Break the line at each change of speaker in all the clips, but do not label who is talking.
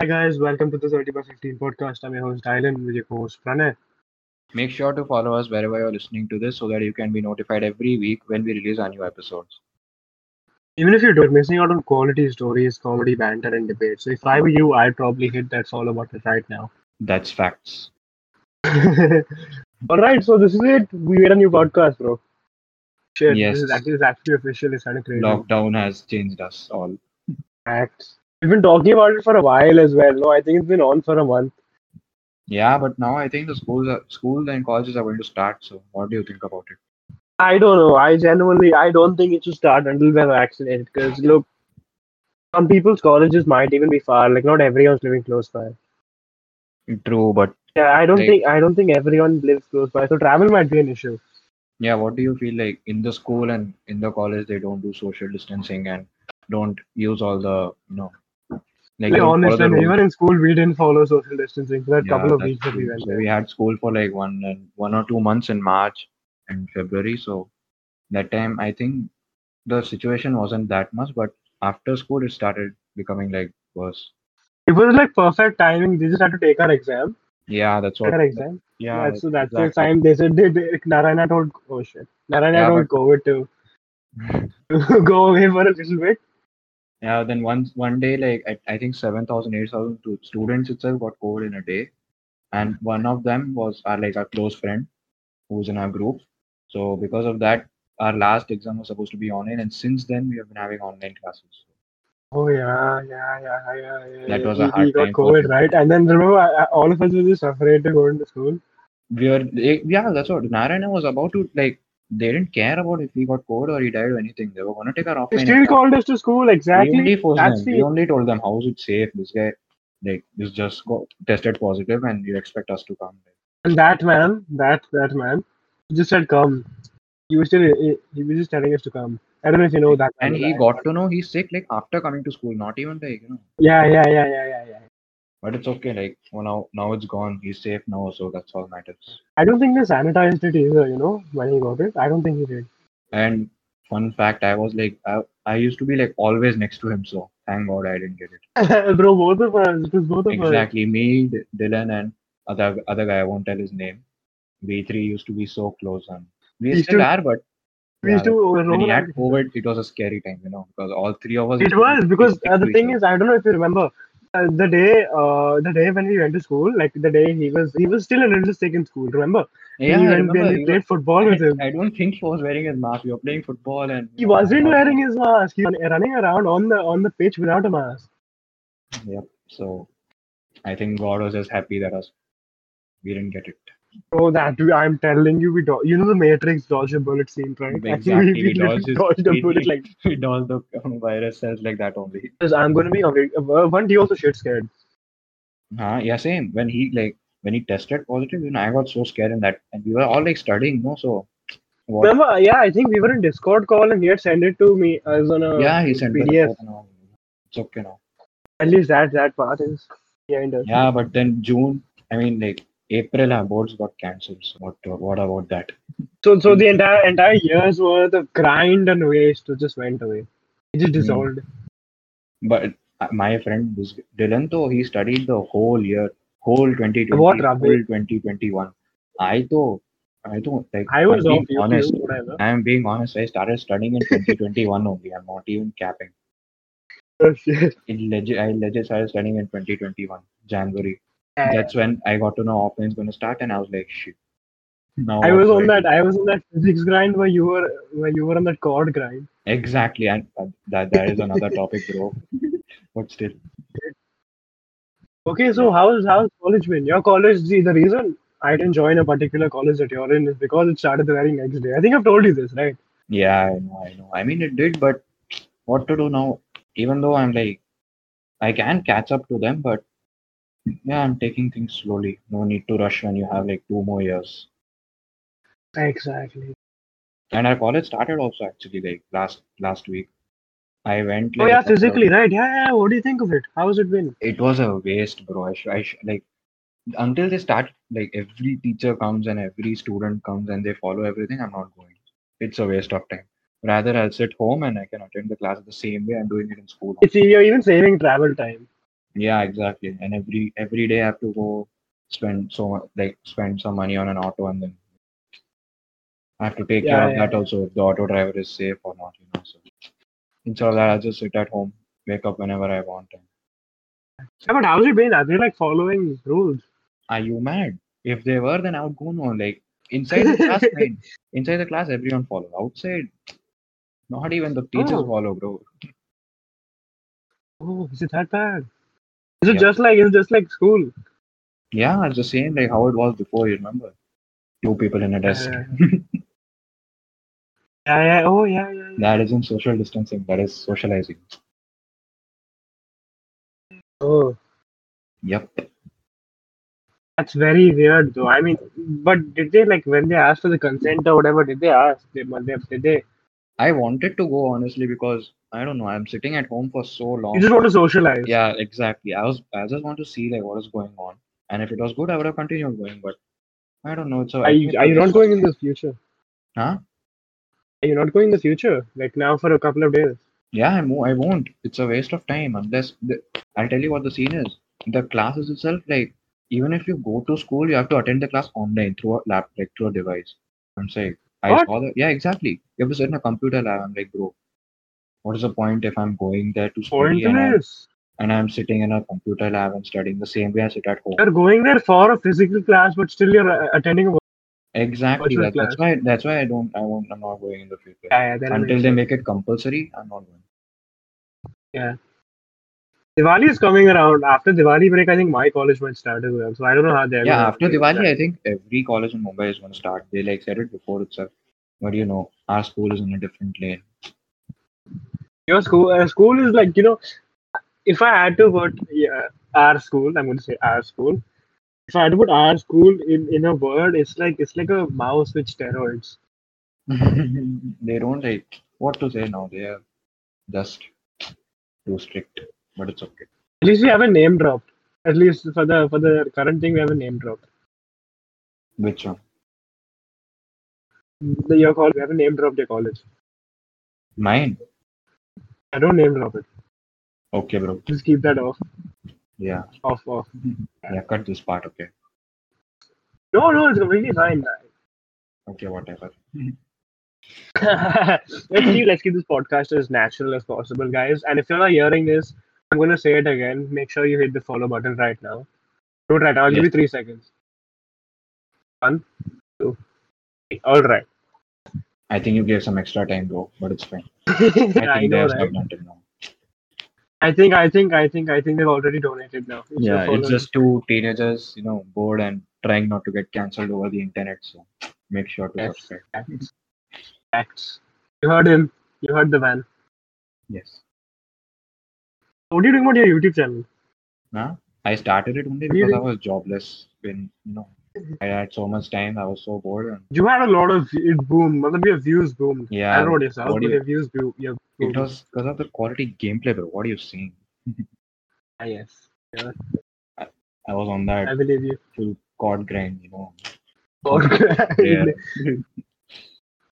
Hi guys, welcome to the 30 by 15 podcast. I'm your host Dylan with your co-host Pranay.
Make sure to follow us wherever you're listening to this so that you can be notified every week when we release our new episodes.
Even if you don't, missing out on quality stories, comedy, banter, and debate. So if I were you, I'd probably hit that follow button right now.
That's facts.
All right, so this is it. We made a new podcast, bro. Shit,
Yes.
this is actually, this is actually official. It's kind of crazy.
Lockdown has changed us all.
Facts. We've been talking about it for a while as well. No, I think it's been on for a month.
Yeah, but now I think the schools, are, schools and colleges are going to start. So, what do you think about it?
I don't know. I genuinely, I don't think it should start until we're vaccinated. Because look, some people's colleges might even be far. Like not everyone's living close by.
True, but
Yeah, I don't
Right.
think I don't think everyone lives close by, so travel might be an issue.
yeah, what do you feel like in the school and in the college they don't do social distancing and don't use all the you know like
Like,
don't follow
honestly,
the
when we
rules.
were in school, we didn't follow social distancing for that
Yeah,
couple of
that's
weeks that we
true.
went
So
there.
we had school for like one and one or two months in March and February. So that time I think the situation wasn't that much, but after school it started becoming like worse.
It was like perfect timing. They just had to take our exam.
Yeah, that's
Take
what.
our exam.
Yeah,
that's so that's the
exactly.
time they said they, they Narayana told oh shit. Narayana
Yeah,
told COVID to go away for a little bit.
Yeah, then once one day like I, I think 7,000, 8,000 tu- students itself got COVID in a day, and one of them was our like our close friend who's in our group. So because of that, our last exam was supposed to be online, and since then we have been having online classes.
Oh yeah, yeah, yeah, yeah, yeah. yeah,
That
yeah.
was
we,
a hard
we got
time for
COVID,
them.
right? And then remember, I, I, all of us were just afraid to go into school.
we were they, yeah that's what narayana was about to like they didn't care about if he got COVID or he died or anything they were going to take our
They
offline
still
exam.
called us to school.
we only
Exactly.
forced
That's
them we
the
only told them how is it safe this guy like is just got tested positive and you expect us to come
And that man, that that man, he just said come. He was still he he was just telling us to come. I don't know if you know that. kind
and
of
he
guy.
got to know he's sick like after coming to school not even like you know
Yeah, yeah, yeah, yeah, yeah, yeah.
but it's okay like well, now now it's gone he's safe now so that's all matters
I don't think they sanitized it either. You know when he got it, I don't think he did.
and fun fact i was like i, I used to be like always next to him so thank god i didn't get it
Bro, both of us. It was both of us.
Exactly. Me, D- Dylan, and other other guy. I won't tell his name. We three used to be so close, and we
Used
still
to-
are. But
We
yeah,
used to
when he
roam
had
around.
COVID, it was a scary time, you know, because all three of us.
It
used to be
was because
next
uh,
to
the
each
thing
other.
is, I don't know if you remember. Uh, the day, uh, the day when we went to school, like the day he was, he was still a little sick in school. Remember,
yeah,
we
I
went
remember.
when we
you
played football
were-
with him.
I, I don't think he was wearing his mask. We were playing football, and
He wasn't wearing his mask. He was running around on the on the pitch without a mask.
Yep. So I think God was just happy that us we didn't get it.
Oh, that we- I'm telling you, we do- you know the Matrix dodge a bullet scene, right?
Exactly,
we, literally
we dodged his-
dodged a
we-
bullet like.
It all the virus cells like that only.
Because I'm gonna be okay. One, he also shit scared.
Huh? Yeah, same. When he like when he tested positive, you know, I got so scared in that, and we were all like studying, no? So what?
Remember? uh, Yeah, I think we were in Discord call and he had sent it to me as on a
yeah, he sent me the
PDF.
photo and all. It's okay now.
At least that that part is behind us.
Yeah, but then June, I mean like April, our boards got cancelled. So what? What about that?
So so the entire entire year's worth of grind and waste just went away. It
Hmm.
just dissolved.
But uh, my friend this Dylan, though he studied the whole year, whole 2020,
What
whole
rubbish.
2021. I though, I though like
I was
I'm
off
being honest.
YouTube, whatever.
I am being honest. I started studying in 2021 only. I'm not even capping.
Oh, shit.
it legit I legit started studying in 2021 January.
Yeah.
That's when I got to know offline is going to start, and I was like, shit. Now
I
what
was
do
on
do?
that. I was on that physics grind where you were where you were on that chord grind.
Exactly, and uh, that that is another topic, bro. but still,
Okay, so how's how's college been? Your college, the, the reason I didn't join a particular college that you're in is because it started the very next day. I think I've told you this, right?
yeah, I know, I know. I mean, it did, but what to do now? Even though I'm like, I can catch up to them, but yeah, I'm taking things slowly. No need to rush when you have like two more years.
Exactly.
And our college started also actually like last last week. I went
Oh
like a
yeah,
couple of-
physically, right? Yeah, yeah. yeah. What do you think of it? How's it been?
it was a waste, bro. I, sh- I sh- like until they start like every teacher comes and every student comes and they follow everything. I'm not going. It's a waste of time. Rather, I'll sit home and I can attend the class the same way I'm doing it in school.
It's you're even saving travel time.
Yeah, exactly. And every every day I have to go spend so mu- like spend some money on an auto, and then I have to take
Yeah,
care of
yeah.
that also. If the auto driver is safe or not, you know. So instead of that, I just sit at home, wake up whenever I want. And
Yeah, but how's it been? Are they like following rules?
are you mad? If they were, then I would go no. Like inside the class, fine. Inside the class, everyone follow. Outside, not even the teachers
Oh.
follow, bro.
Oh, is it that bad? Is it
Yeah.
just like is it just like school?
Yeah, it's the same like how it was before. You remember? Two people in a desk.
Yeah. Yeah, yeah. Oh, yeah, yeah. yeah.
That isn't social distancing. That is socializing.
Oh,
Yep.
that's very weird, though. I mean, but did they like when they asked for the consent or whatever? Did they ask? They, they did they?
I wanted to go honestly because I don't know. I'm sitting at home for so long.
You just want to socialize.
Yeah, exactly. I was I just want to see like what is going on. And if it was good, I would have continued going. But I don't know. So
Are you, are you not going in the future?
Huh?
Are you not going in the future? Like now for a couple of days.
Yeah, I mo- I won't. It's a waste of time unless the, I'll tell you what the scene is. The classes itself, like even if you go to school, you have to attend the class online through a lap, like through a device. I'm saying I
What?
saw that. Yeah, exactly. You have to sit in a computer lab. I'm like, bro, what is the point if I'm going there to
Point
study and I'm,
is,
and I'm sitting in a computer lab and studying the same way I sit at home?
you're going there for a physical class, but still you're uh, attending a. Yeah,
Exactly.
virtual
That, that's why. That's why I don't. I won't. I'm not going in the future
yeah, that
until
makes
they
sense.
make it compulsory. I'm not going.
Diwali is coming around. After Diwali break, I think my college might start as well. So I don't know how they're.
yeah,
gonna
after
deal with
Diwali,
that.
I think every college in Mumbai is going to start. They like said it before itself, but you know, our school is in a different lane.
Your school, uh, school is like you know. If I had to put yeah, our school, I'm going to say our school. If I had to put our school in in a word, it's like it's like a mouse with steroids.
they don't like what to say now. They are just too strict, but it's okay.
At least we have a name drop. At least for the for the current thing, we have a name drop.
Which one?
The your college, we have a name drop. Your college.
Mine?
I don't name drop it.
Okay, bro.
Just keep that off,
Yeah,
off, off.
yeah. Cut this part. Okay.
No, no, it's completely fine.
Okay, whatever.
let's keep let's keep this podcast as natural as possible, guys. And if you're not hearing this, I'm gonna say it again. Make sure you hit the follow button right now. Do it right now. I'll give you three seconds. One, two, three. All right.
I think you gave some extra time, bro, but it's fine. I
I
think they
know,
have
right?
stopped until now.
I think I think I think I think they've already donated now. It's
Yeah,
your
it's
follow-
just two teenagers, you know, bored and trying not to get cancelled over the internet. So make sure to
Yes.
subscribe.
Facts. Facts. You heard him. You heard the man.
Yes.
What are you doing about your YouTube channel?
Huh? I started it only
What do you
because I was jobless when you know I had so much time. I was so bored. And
You had a lot of it boom. Matlab, your views boomed. I
yeah,
don't know what you saw,
what
but
do you-
your views boom. Your
it was because of the quality gameplay, bro. What are you saying?
Ah, yes.
I was on
I
that
believe you.
full cord grind, you know.
Yeah.
Yeah.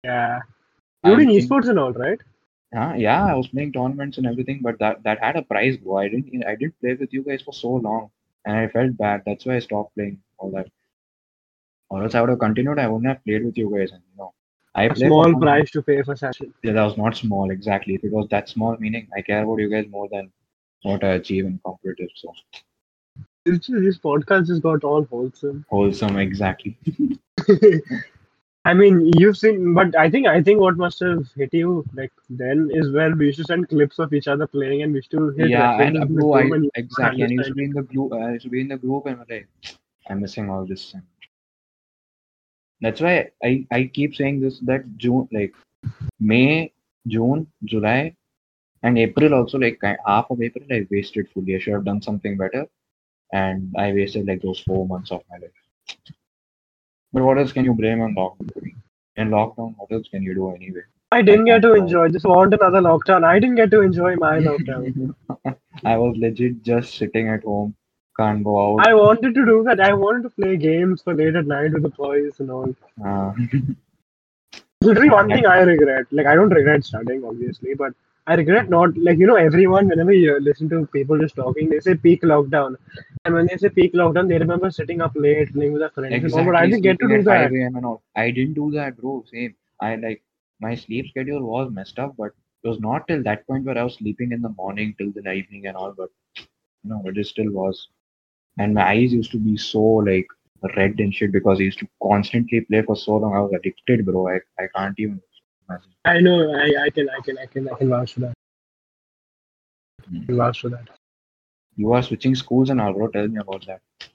Yeah.
I
You're doing
think-
esports and all, right?
Huh? Yeah, I was playing tournaments and everything, but that that had a price, bro. I didn't I didn't play with you guys for so long, and I felt bad. That's why I stopped playing all that. Or else I would have continued. I wouldn't have played with you guys, and you know, I
A
play for
small
fun.
price to pay for session.
Yeah, that was not small exactly. If it was that small, meaning I care about you guys more than what I achieve in competitive. So
This, this podcast just got all wholesome.
wholesome, exactly.
I mean, you've seen, but I think I think what must have hit you like then is when we used to send clips of each other playing and we used to hit
yeah,
references
and uh,
with
bro, I
them and-
exactly. And I used to
understand.
be in the group. I used to be in the group, and I'm like, I'm missing all this. And that's why I I keep saying this that June like May, June, July, and April also like I- half of April I wasted fully. I should have done something better, and I wasted like those four months of my life. But what else can you blame on lockdown? In lockdown, what else can you do anyway?
I didn't get to enjoy. Just want another lockdown. I didn't get to enjoy my lockdown.
I was legit just sitting at home, can't go out.
I wanted to do that. I wanted to play games for late at night with the boys and all.
Uh,
literally one thing I regret. Like I don't regret studying obviously, but I regret not like you know everyone whenever you listen to people just talking they say peak lockdown and when they say peak lockdown they remember sitting up late playing with their friends and all, but I didn't get to
sleeping
do
at
that
5 a.m. and all. I didn't do that, bro. Same. I like my sleep schedule was messed up, but it was not till that point where I was sleeping in the morning till the evening and all. But you know, it still was. And my eyes used to be so like red and shit because I used to constantly play for so long. I was addicted, bro. I, I can't even imagine.
I know I, I can I can I can I can vouch for that I can vouch for that
You are switching schools and all, bro. Tell me about that.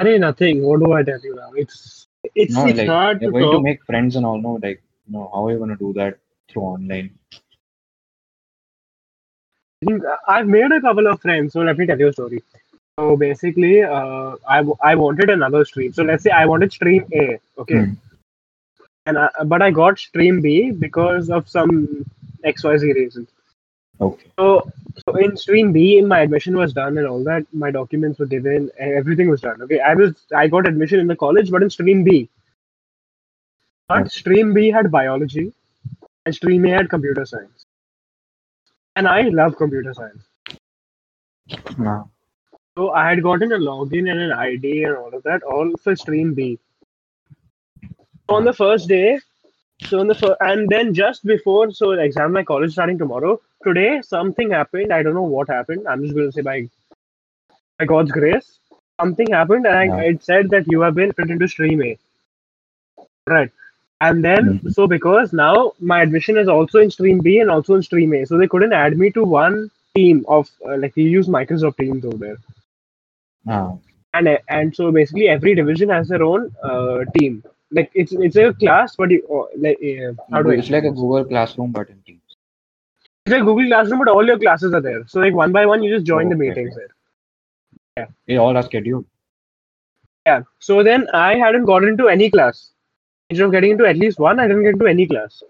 Arey, nothing what do I tell you now it's it's
No,
it's
like
hard
you're
to
going to
talk
make friends and all. No, like you know, how are you gonna do that through online?
uh, I've made a couple of friends so let me tell you a story so basically uh, I w- I wanted another stream so let's say I wanted stream A okay.
Hmm.
and I, but I got stream B because of some XYZ reason.
Okay.
So, so in stream B, my admission was done and all that. My documents were given, and everything was done. Okay, I was I got admission in the college, but in stream B. But
Okay.
stream B had biology, and stream A had computer science. And I love computer science.
Nah.
So I had gotten a login and an ID and all of that, all for stream B. on the first day so on the fir- and then just before so the exam my college starting tomorrow today something happened i don't know what happened i'm just going to say by, by god's grace something happened and I,
Yeah.
it said that you have been put into stream a right and then
Mhm.
so because now my admission is also in stream b and also in stream a so they couldn't add me to one team of uh, like you use microsoft teams over there
Ah,
and and so basically every division has their own uh, team. Like it's it's a class, but you or, like uh, how do I?
it's like a Google Classroom button thing.
It's like Google Classroom, but all your classes are there. So like one by one, you just join the
Okay.
meetings there.
It all are scheduled.
Yeah. So then I hadn't gotten into any class. Instead of getting into at least one, I didn't get into any class.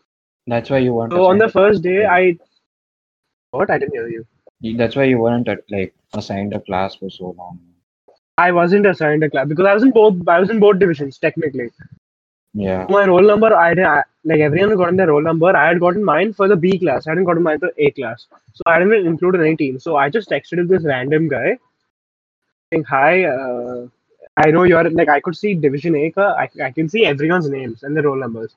That's why you weren't.
So Oh, on the
assigned-
first day, I what I didn't hear you.
That's why you weren't at, like assigned a class for so long.
I wasn't assigned a class because I was in both. I was in both divisions technically.
Yeah.
My roll number, I did I- like everyone had gotten their roll number. I had gotten mine for the B class. I hadn't gotten mine for A class, so I didn't include any team. So I just texted this random guy, saying, "Hi, uh, I know you're like I could see Division A. Ka, I I can see everyone's names and their roll numbers."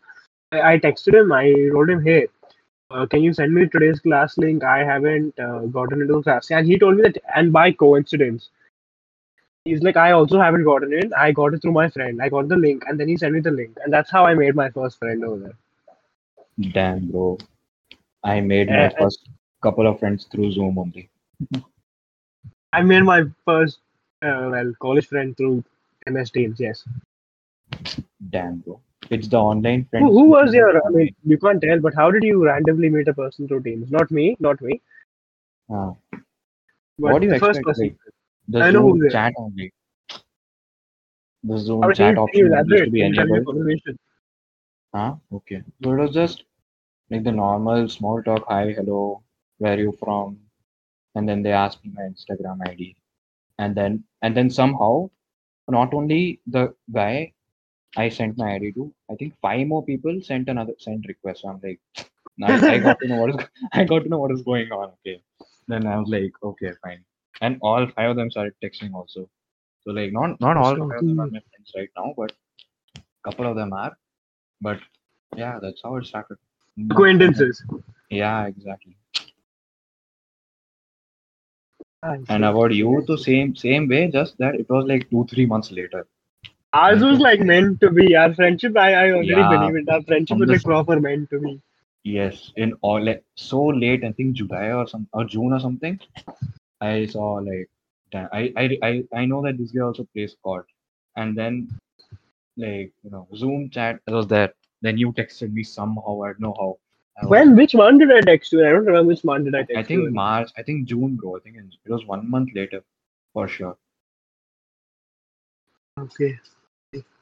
I, I texted him. I wrote him, "Hey, uh, can you send me today's class link? I haven't uh, gotten into the class." And he told me that, and by coincidence. He's like, I also haven't gotten it. I got it through my friend. I got the link, and then he sent me the link, and that's how I made my first friend over there.
Damn, bro. I made
Eh,
my
eh.
first couple of friends through Zoom only.
I made my first uh, well college friend through MS Teams. Yes.
Damn, bro. It's the online friends.
Who, who
which
was
is
your? I
online.
mean, you can't tell, but how did you randomly meet a person through Teams? Not me. Not me.
Ah.
But
What do you
the first
expect?
person.
Like, the
I know who
Zoom
they are.
chat only. The Zoom
How did
chat
you,
option that used to
elaborate?
be
Can you tell me a
enabled.
conversation?
Ah, okay. So it was just like the normal small talk. Hi, hello. Where are you from? And then they asked me my Instagram ID. And then and then somehow, not only the guy I sent my ID to, I think five more people sent another sent request. So I'm like, I, I got to know what is I got to know what is going on. Okay. Then I was like, okay, fine. And all five of them started texting also. So like not not all five of them are my friends right now, but couple of them are. But yeah, that's how it started. Mm,
Acquaintances.
Yeah, exactly.
I
And about you, the same same way, just that it was like two three months later.
Ours was like meant to be. Our friendship, I, I already
Yeah.
believe it. Our friendship
From
was
the
like
start.
proper meant to be.
Yes, in all like so late, I think July or some or June or something. I saw like damn, I I I, I know that this guy also plays COD, and then like you know Zoom chat was there. Then you texted me somehow. I don't know how. I was
When? Which month did I text you? I don't remember which month did I text
I think
you.
March, I think June, bro. I think it it was one month later for sure.
Okay.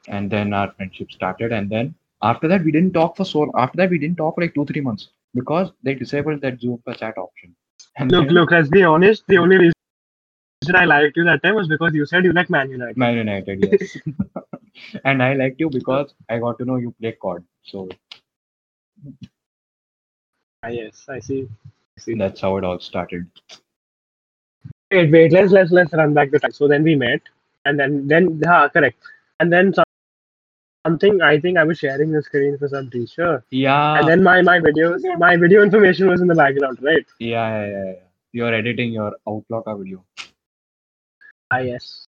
And then our friendship started. And then after that, we didn't talk for so after that, we didn't talk for like two, three months because they disabled that Zoom for chat option. And
Look,
then
look. Let's be honest. The only reason I liked you that time was because you said you like Man United.
Man United, yes. and I liked you because I got to know you play COD. So
Ah, yes, I see. I see.
That's how it all started.
Wait, wait. Let's let's let's run back the time. So then we met, and then then ha, correct. And then some, something. I think I was sharing the screen for some teacher,
Yeah.
and then my my video my video information was in the background, right?
yeah, yeah, yeah, yeah. You're editing your Outlook video.
Ah, yes.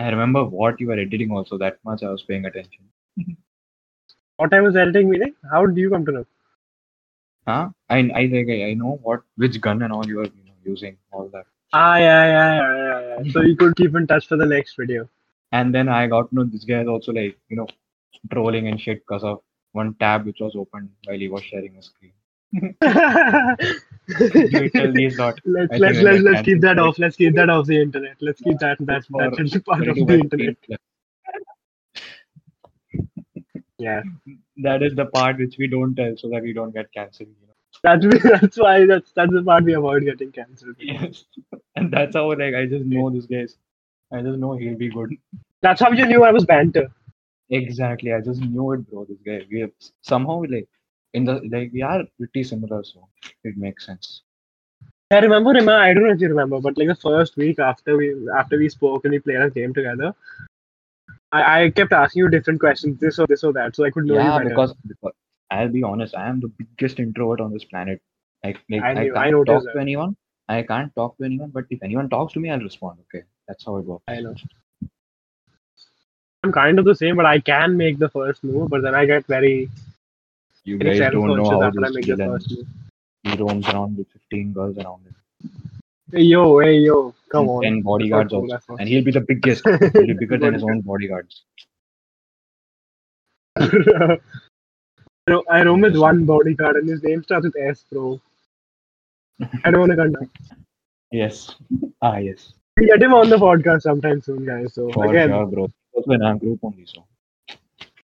I remember what you were editing also. That much I was paying attention.
What time was editing meeting? How do you come to know?
Huh? I I think I, I know what which gun and all you are you know, using all that.
Ah, yeah, yeah, yeah, yeah, yeah. So you could keep in touch for the next video.
And then I got to know this guy is also like you know trolling and shit because of one tab which was open while he was sharing a screen. You tell
let's
these lot. I
let's
think I
let's,
might
let's keep
cancel
that
it.
off. Let's keep that off the internet. Let's keep that that
For-
that should be part of
Very
the
well
internet.
paid.
Yeah,
That is the part which we don't tell so that we don't get cancelled. You know?
that's that's why that's that's the part we avoid getting cancelled.
Yes. And that's how like I just know this guy's. I just know he'll be good.
That's how you knew I was banter.
Exactly. I just knew it, bro. This guy. We are somehow like in the like we are pretty similar, so it makes sense.
I remember, Rima, I don't know if you remember, but like the first week after we after we spoke and we played a game together, I, I kept asking you different questions, this or this or that, so I could know you
yeah,
better.
because, because I'll be honest, I am the biggest introvert on this planet. Like, like
I
I,
knew- I
can't
noticed
talk
that.
to anyone. I can't talk to anyone. But if anyone talks to me, I'll respond. Okay, that's how it works.
I know. I'm kind of the same, but I can make the first move, but then I get very
You
very
guys don't
self-conscious
know how
after I
this
make the
villain
first move.
he roams around with 15 girls around him.
Hey yo, hey yo, come
and
on.
10 bodyguards
That's
also.
not cool,
And he'll be the biggest. He'll be bigger than his own bodyguards.
Bro, I roam with one bodyguard and his name starts with S, bro. I don't want to cut down.
Yes. Ah, yes.
We get him on the podcast sometime soon, guys. So
For
again,
sure, bro. Also in our group only, so.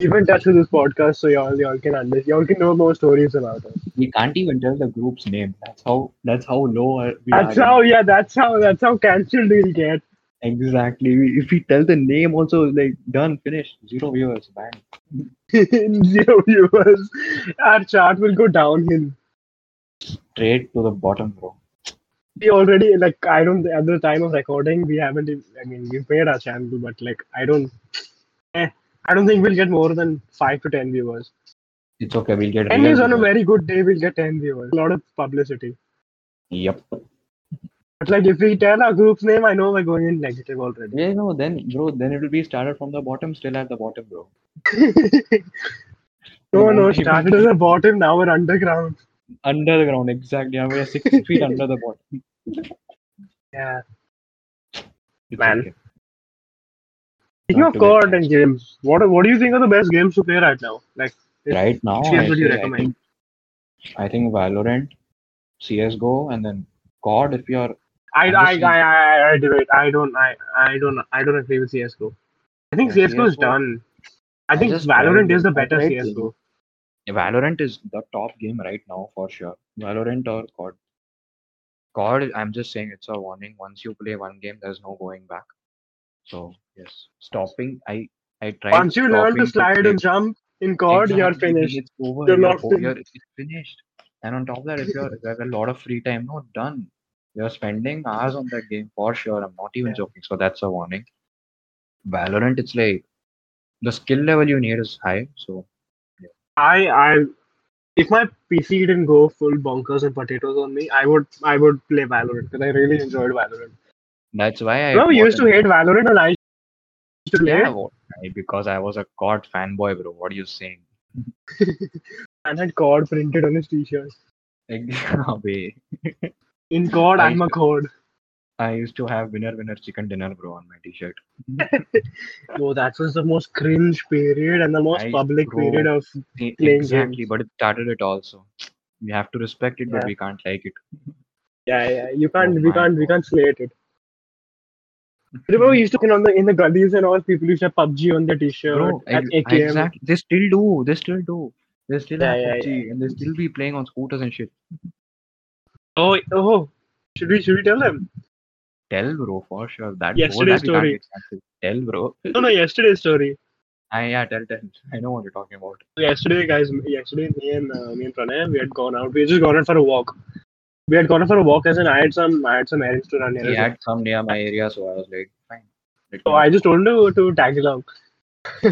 keep in touch with this podcast so y'all y'all can understand. Y'all can know more stories about us.
We can't even tell the group's name. That's how That's how low are- we
That's
are.
how yeah, that's how that's how cancelled we'll get.
Exactly. We- If we tell the name also, like, done, finished. Zero viewers. Bang.
Zero viewers. Our chart will go downhill.
Straight to the bottom, bro.
We already like I don't at the time of recording we haven't even- I mean we've made our channel but like I don't eh, I don't think we'll get more than five to ten viewers.
It's okay. We'll get
Ten
real
is on a
viewers.
very good day we'll get ten viewers. A lot of publicity.
Yep.
But like if we tell our group's name, I know we're going in negative already.
Yeah, no, then, bro, then it will be started from the bottom, still at the bottom, bro.
no, no,
Even-
started at the bottom, now we're underground.
Underground, exactly. And we are six feet under the bottom.
Yeah.
It's
Man.
okay.
Speaking
Not
of
too bad,
COD and games, what what do you think are the best games to play right now? Like
Right now,
Which games
I,
would you
say- I
recommend?
think I think Valorant, CS:GO, and then COD. If you're
I I,
Understand.
I, I, I debate. I don't I, I don't I don't agree with CS:GO. I think
Yeah,
CS:GO is
CS:GO
done. I
I
think
just
Valorant
tried
is the
it. I
better
tried
CS:GO.
Valorant is the top game right now for sure. Valorant or COD. COD. I'm just saying it's a warning. Once you play one game, there's no going back. So yes, stopping. I I tried.
Once you learn
stopping
to slide
play-
and jump in COD, you're
Exactly, then
finished.
It's over.
You're
You're,
not
ho-
finished.
you're it's finished. And on top of that, if you're if you have a lot of free time, no, done. You're spending hours on that game for sure. I'm not even
Yeah.
joking. So that's a warning. Valorant, it's like the skill level you need is high. So
I I if my PC didn't go full bonkers and potatoes on me, I would I would play Valorant because I really enjoyed Valorant.
that's why I.
No, we
bought
used to
an-
hate Valorant and I used to play
Yeah,
it
what- I- because I was a COD fanboy, bro. What are you saying?
and had COD printed on his t-shirt.
Like, abey.
In COD,
I
I'm a
used
COD.
I used to have winner winner chicken dinner, bro, on my t-shirt.
No, that was the most cringe period and the most
I-
public
bro.
period of
E-
playing
Exactly,
games.
but it started it also. We have to respect it, but
Yeah.
we can't like it.
Yeah, yeah. You can't.
Oh
we
my
can't. We
God.
can't slate it. Remember, we used to in on the in the gullies and all. People used to have PUBG on their t-shirt
Bro,
at
ex-
AKM.
exactly. They still do. They still do. They still
Yeah,
have
yeah,
PUBG and they still be playing on scooters and shit.
Oh, oh. Should we? Should we tell them?
Tell, bro, for sure. That
Yesterday's
bro, that we
story.
can't get cancelled. Tell, bro.
No, no. Yesterday's story.
I yeah, tell tell. I know what you're talking about.
yesterday, guys, yesterday, me and uh, me and Pranay, we had gone out. We had just gone out for a walk. We had gone out for a walk, as in I had some, I had some errands to run. here
He
as well.
had some near my area, so I was like, fine. Let
So
me-
I just told him to tag along.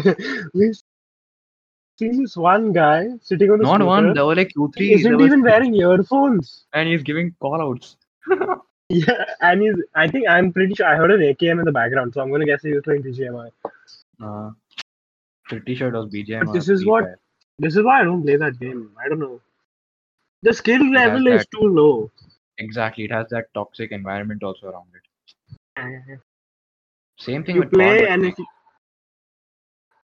We've seen this one guy sitting on the
not
scooter.
one. There were like two,
He
three. there
isn't
was-
even wearing earphones.
and he's giving call outs.
Yeah, and he's. I think I'm pretty sure I heard an AKM in the background, so I'm gonna guess he was playing DJMI.
Uh, the t-shirt was BGM.
But this is what- This is why I don't play that game. I don't know. The skill
has
level is
that-
too low.
exactly. It has that toxic environment also around it. Same thing
You
with COD,
play
I
and
think.
if you...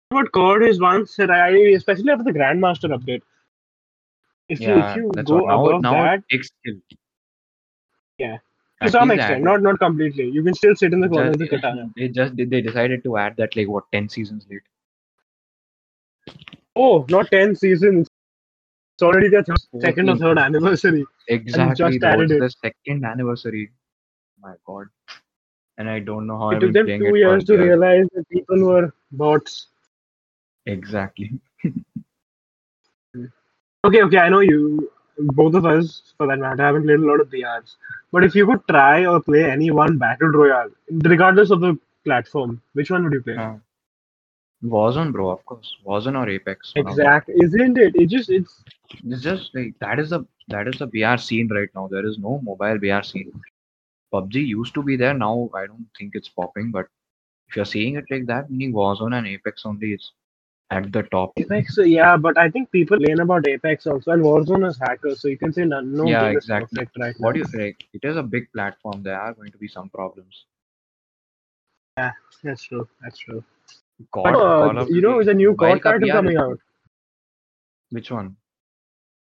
What COD is once, I especially after the Grandmaster update. If you
yeah,
if you
that's
go
what now,
above
now
that,
it takes skill.
Yeah.
At
to some
least
extent,
that-
not not completely. You can still sit in the uh, corner with the
just-
katana.
They just they, they decided to add that like what ten seasons later.
Oh, not ten seasons. It's already their third, second or
Fourteen.
third anniversary.
Exactly,
just added
towards
it.
the second anniversary. My God, and I don't know how
It
I've
took them
been playing
two
it
years to
for
realize that people were bots.
Exactly.
Okay, okay, I know you. Both of us, for that matter, haven't played a lot of BRs. But if you could try or play any one battle royale, regardless of the platform, which one would you play?
Yeah. Warzone, bro. Of course, Warzone or Apex. one of them.
Exact, isn't it? It just it's
It's just like that is the that is the BR scene right now. There is no mobile BR scene. PUBG used to be there. Now I don't think it's popping. But if you're seeing it like that, meaning Warzone and Apex only is at the top.
Apex. Yeah, but I think people complain about Apex also, and Warzone is hackers, so you can say no. no
Yeah,
game is
exactly.
perfect Right
What
now.
do you like? It is a big platform. There are going to be some problems.
That's true. That's true.
God,
But,
Call
uh,
of
you know,
Duty,
the new
mobile
COD
ka
title
PR
coming out.
Which one?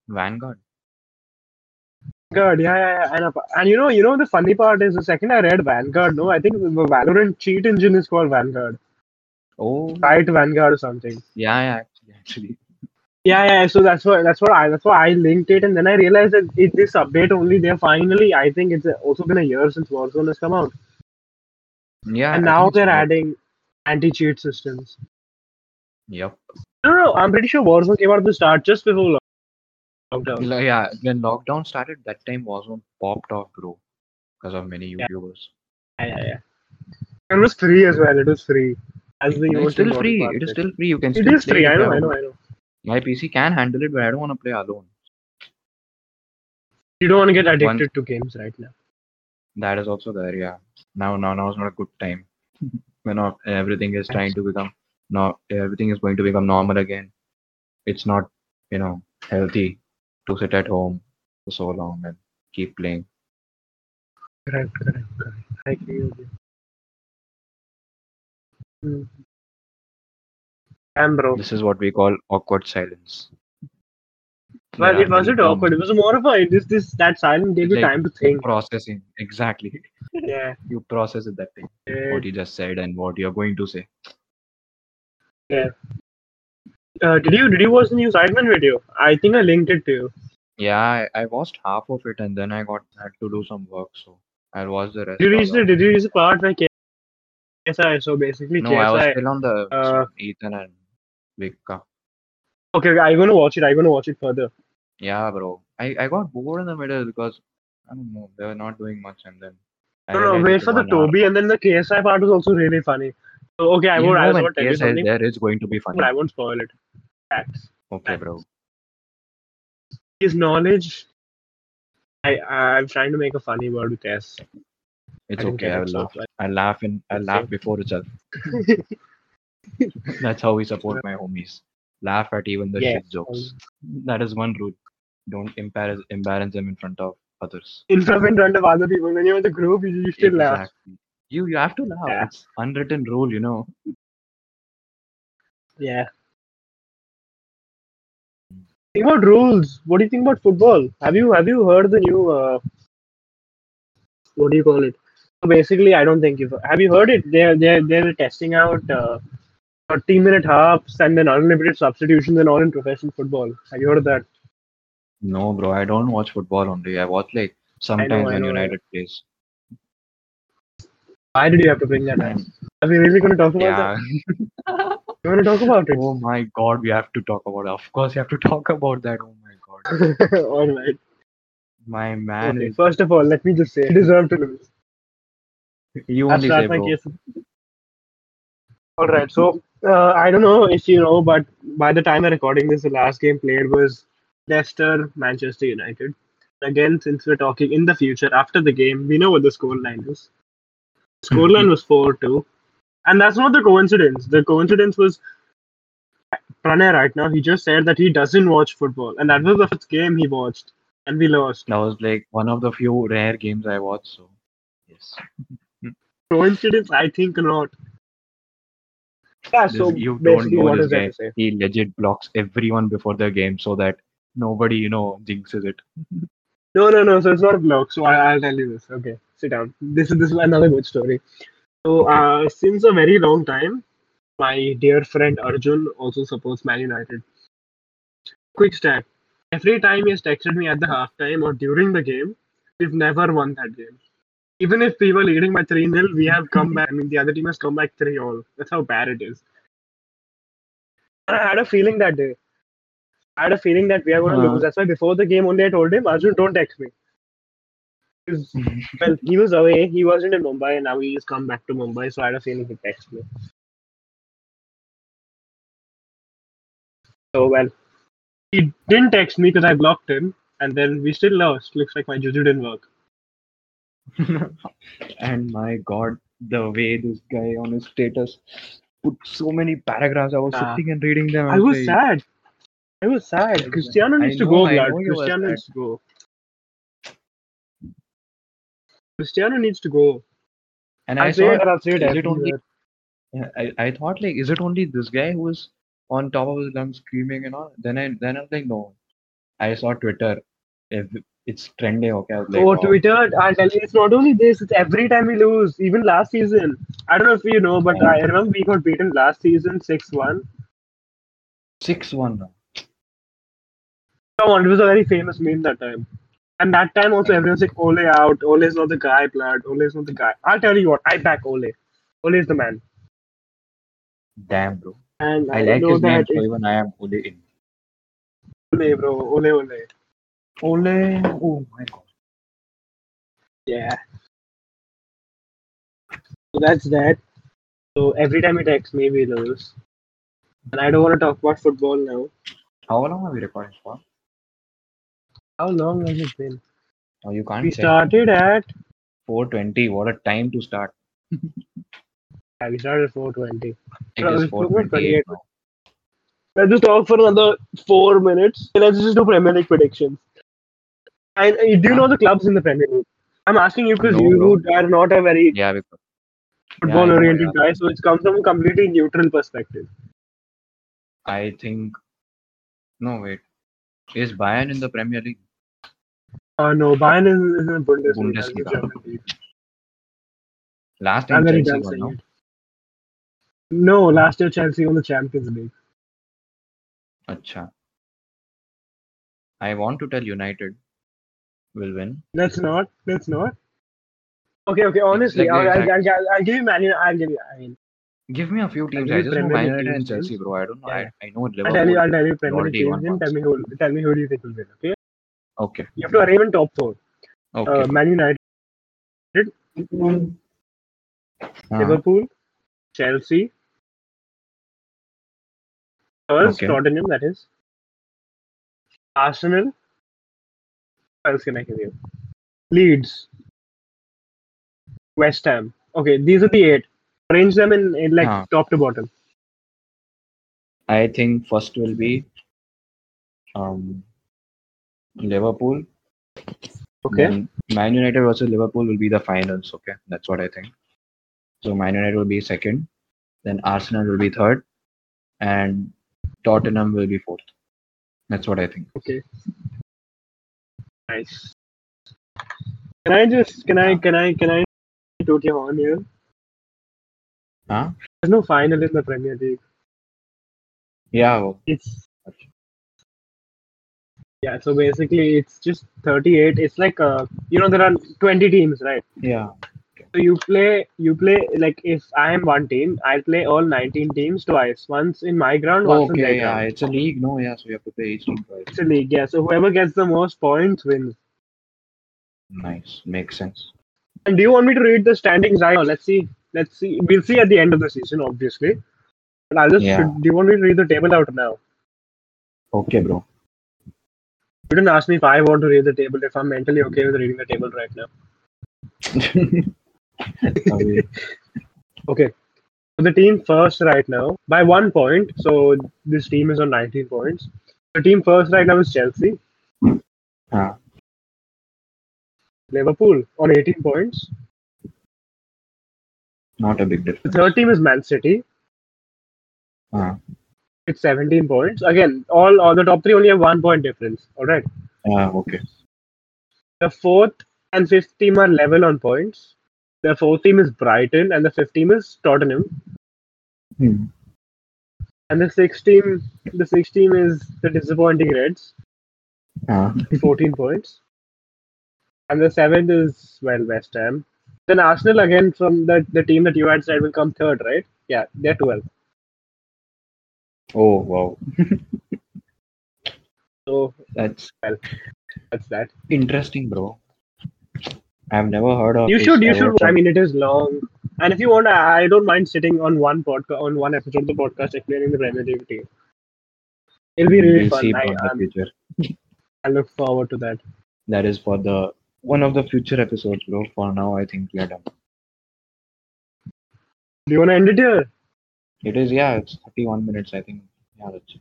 Vanguard.
Vanguard, yeah, yeah, yeah. And, apa- and you know, you know, the funny part is the second I read Vanguard, no, I think the Valorant cheat engine is called Vanguard,
Oh,
right? Vanguard or something.
yeah, yeah, actually, actually.
Yeah, yeah. So that's what that's what I that's why I linked it, and then I realized that it, this update only there. Finally, I think it's uh, also been a year since Warzone has come out,
Yeah.
and
I
now
think
they're
so.
adding anti-cheat systems.
Yep.
No, no, I'm pretty sure Warzone came out at the start just before lockdown.
Like, Yeah, when lockdown started, that time Warzone popped off, bro, because of many
Yeah.
YouTubers.
Yeah, yeah, yeah. It was free as well. It was free. As the
No,
most
It's still
important
free.
part of
It is still free. You can
It
still
is
play
free.
it
I know,
alone.
I know, I know.
My PC can handle it, but I don't want to play alone.
You don't want to get addicted
One-
to games right now.
That is also there. Yeah. Now, now, now is not a good time. when not everything is trying to become now everything is going to become normal again. It's not you know healthy to sit at home for so long and keep playing.
Correct, correct, correct. I agree with you. Hmm. Damn, bro.
This is what we call awkward silence.
Well,
There
it
are
wasn't
no
awkward. It was more of a this this that silent gave you
Like-
time to think.
processing exactly.
Yeah.
You process it that thing.
Uh,
what you just said and what you're going to say.
uh, did you did you watch the new Sidemen video? I think I linked it to you.
Yeah, I, I watched half of it and then I got had to do some work, so I watched the rest.
Did you
of
reach the
it.
did you reach the part where K- KSI? So basically,
Uh, No,
KSI.
I was still on the
uh,
Ethan and Vika.
okay, okay, I'm gonna watch it. I'm gonna watch it further.
Yeah, bro. I, I got bored in the middle because I don't know they were not doing much and then. I
No, no,
realized
wait
it's
for the
one hour.
Toby, and then the KSI part was also really funny. So okay, I
You
won't. I
know
won't
when
tell you
KSI is
something,
there, it's going to be funny.
but I won't spoil it. Facts.
Okay, bro.
His knowledge. I I'm trying to make a funny word with S.
It's
I didn't
okay.
get
I
it,
will
so
laugh. I laugh and I
It's
laugh
okay.
before itself. That's how we support my homies. Laugh at even the
Yeah,
shit jokes. That is one rule. Don't embarrass embarrass them in front of others.
In front in front of other people, when you're in the group, you, you still laugh.
Exactly. You you have to laugh.
Yeah.
It's unwritten rule, you know.
Yeah. Think about rules. What do you think about football? Have you have you heard the new? Uh, what do you call it? So basically, I don't think you have you heard it. They they they're testing out uh, 30 minute halves and then unlimited substitutions and all in professional football. Have you heard of that?
No, bro. I don't watch football only. I watch like sometimes
I
when
know, I know.
United plays.
Why did you have to bring that up? Are we really going to talk about
Yeah.
You want to talk about it?
Oh my god, we have to talk about it. Of course, you have to talk about that. Oh my god.
all right.
My man
Okay,
is.
First of all, let me just say, you deserve to lose.
You
I'll
only say,
start my
bro.
case. All right. So uh, I don't know if you know, but by the time I'm recording this, the last game played was Leicester Manchester United. Again, since we're talking in the future after the game, we know what the scoreline is. Scoreline
Hmm.
was four two, and that's not the coincidence. The coincidence was Pranay right now. He just said that he doesn't watch football, and that was the first game he watched, and we lost.
That was like one of the few rare games I watched. So, yes.
Coincidence? I think not. Yeah.
This-
So
you don't
basically,
know
what
this
is there
guy.
to say?
He legit blocks everyone before the game so that nobody, you know, jinxes it.
No, no, no. So it's not a blog. So I, I'll tell you this. Okay, sit down. This is this is another good story. So uh, since a very long time, my dear friend Arjun also supports Man United. Quick stat: every time he has texted me at the halftime or during the game, we've never won that game. Even if we were leading by three 0 we have come back. I mean, the other team has come back three all. That's how bad it is. And I had a feeling that day. I had a feeling that we are going to
Huh.
lose. That's why before the game only I told him, Arjun, don't text me. 'Cause, well, he was away. He wasn't in Mumbai, and now he's come back to Mumbai. So I had a feeling he text me. So well, he didn't text me because I blocked him, and then we still lost. Looks like my juju didn't work.
and my god, the way this guy on his status put so many paragraphs. I was
Ah.
sitting and reading them.
I
and
was
like,
sad. I was sad. Cristiano
I
needs to
know,
go,
I
blood.
know you were
Cristiano
sad.
needs to go. Cristiano needs to go.
And I,
I'll say
saw,
it and I'll say it
is it only-
everywhere.
Yeah, I, I thought like, is it only this guy who is on top of his lungs screaming and all? Then I then I was like, no. I saw Twitter. If it's trending, okay. I was like,
oh,
oh,
Twitter! I'll tell you, it's not only this. It's every time we lose. Even last season, I don't know if you know, but I remember we got beaten last season six one.
six one now.
Come on, it was a very famous meme that time. And that time also, everyone's like, Ole out. Ole is not the guy, blood. Ole is not the guy. I'll tell you what. I back Ole. Ole is the man.
Damn, bro.
And
I
I,
like
know
his name,
that
so
it's
even I am only in.
Ole, bro. Ole, Ole.
Ole, oh my god.
Yeah. So that's that. So every time he texts me, we lose. And I don't want to talk about football now.
How long are we recording for?
How long has it been?
Oh, you can't
We
say.
started at
420. What a time to start.
yeah, we started at 420.
It
Bro,
is
it's
428
428
now.
Let's just talk for another four minutes. Let's just do Premier League predictions. And uh, do you know the clubs in the Premier League? I'm asking you because
No,
you are not a very
Yeah, because
football-oriented
yeah.
guy, so it comes from a completely neutral perspective.
I think. No, wait. Is Bayern in the Premier League?
Uh, no, Bayern is, is in Bundesliga.
Bundesliga.
It's a German league.
Last
I'm
time
very
Chelsea
done
won,
saying
no?
it. No, last year Chelsea won the Champions League.
Acha. I want to tell United will win.
Let's not. Let's not. Okay, okay. Honestly,
Exactly,
I'll, I'll,
exactly.
I'll, I'll, I'll give you Man United. I'll give you. I mean,
Give me a few teams.
give
I
you
just know
Premier
Man
League
United and
teams,
Chelsea, bro. I don't know.
Yeah.
I, I know
I'll tell you.
Liverpool.
I'll tell you. Premier League
already won
teams. and
once.
Tell me who. Tell me who do you think will win? Okay.
Okay.
You have to arrive in top four.
Okay. Uh,
Uh, Man United,
Uh-huh.
Uh, Liverpool, Chelsea, Spurs,
Okay.
Tottenham. That is. Arsenal. What else can I give you? Leeds. West Ham. Okay, these are the eight. Arrange them in, in like
Ah.
top to bottom.
I think first will be um, Liverpool.
Okay.
Then Man United versus Liverpool will be the finals. Okay, that's what I think. So Man United will be second, then Arsenal will be third, and Tottenham will be fourth. That's what I think.
Nice. Can I just can I can I can I toot your horn here?
Huh?
There's no final in the Premier League.
Yeah. well,
It's yeah. So basically, it's just 38. It's like uh, you know, there are 20 teams, right?
Yeah.
So you play, you play like if I am one team, I play all 19 teams twice. Once in my ground, once in their
okay, yeah,
ground.
it's a league, no, yeah, so you have to play each team twice.
It's a league, yeah. So whoever gets the most points wins.
Nice, makes sense.
And do you want me to read the standings right now? Let's see. Let's see. We'll see at the end of the season, obviously. But I'll just.
Yeah.
Do you want me to read the table out now?
Okay, bro.
You didn't ask me if I want to read the table. If I'm mentally okay with reading the table right now.
Sorry.
Okay. So the team first right now by one point. So this team is on 19 points. The team first right now is Chelsea.
Ah.
Liverpool on 18 points.
Not a big
The
difference.
third team is Man City.
Ah.
It's 17 points. Again, all, all the top three only have one point difference. All right.
Yeah, Ah, okay.
The fourth and fifth team are level on points. The fourth team is Brighton, and the fifth team is Tottenham.
Hmm.
And the sixth team, the sixth team is the disappointing Reds,
Ah.
14 points. And the seventh is well West Ham. Then Arsenal again from the, the team that you had said will come third, right? Yeah, they're 12.
Oh, wow.
So
That's
that's that.
interesting, bro. I've never heard of
You
this
should, you
ever
should.
from-
I mean, it is long. And if you want, I I don't mind sitting on one podcast, on one episode of the podcast explaining the Premier League team. It'll be really
we'll
fun. Um,
see
I,
about the
I'm-
future.
I look forward to that.
That is for the one of the future episodes, bro. For now, I think we are done.
Do you want to end it here?
It is, yeah, it's 31 minutes, I think. Yeah, that's,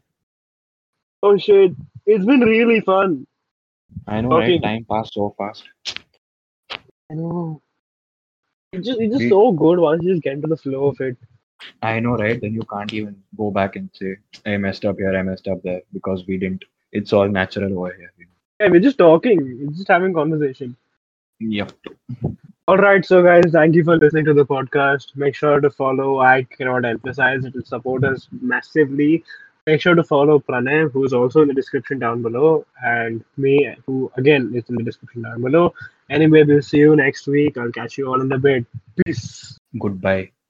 Oh shit! It's been really fun.
I know,
Okay.
right? Time passed so fast.
I know. It's just, it's just
We-
so good once you just get into the flow of it.
I know, right? Then you can't even go back and say, I messed up here, I messed up there, because we didn't. It's all natural over here. you
Yeah, we're just talking. We're just having conversation.
know. Yep.
All right, so guys, thank you for listening to the podcast. Make sure to follow. I cannot emphasize it will support us massively. Make sure to follow Pranay, who's also in the description down below, and me, who again is in the description down below. Anyway, we'll see you next week. I'll catch you all in a bit. Peace.
Goodbye.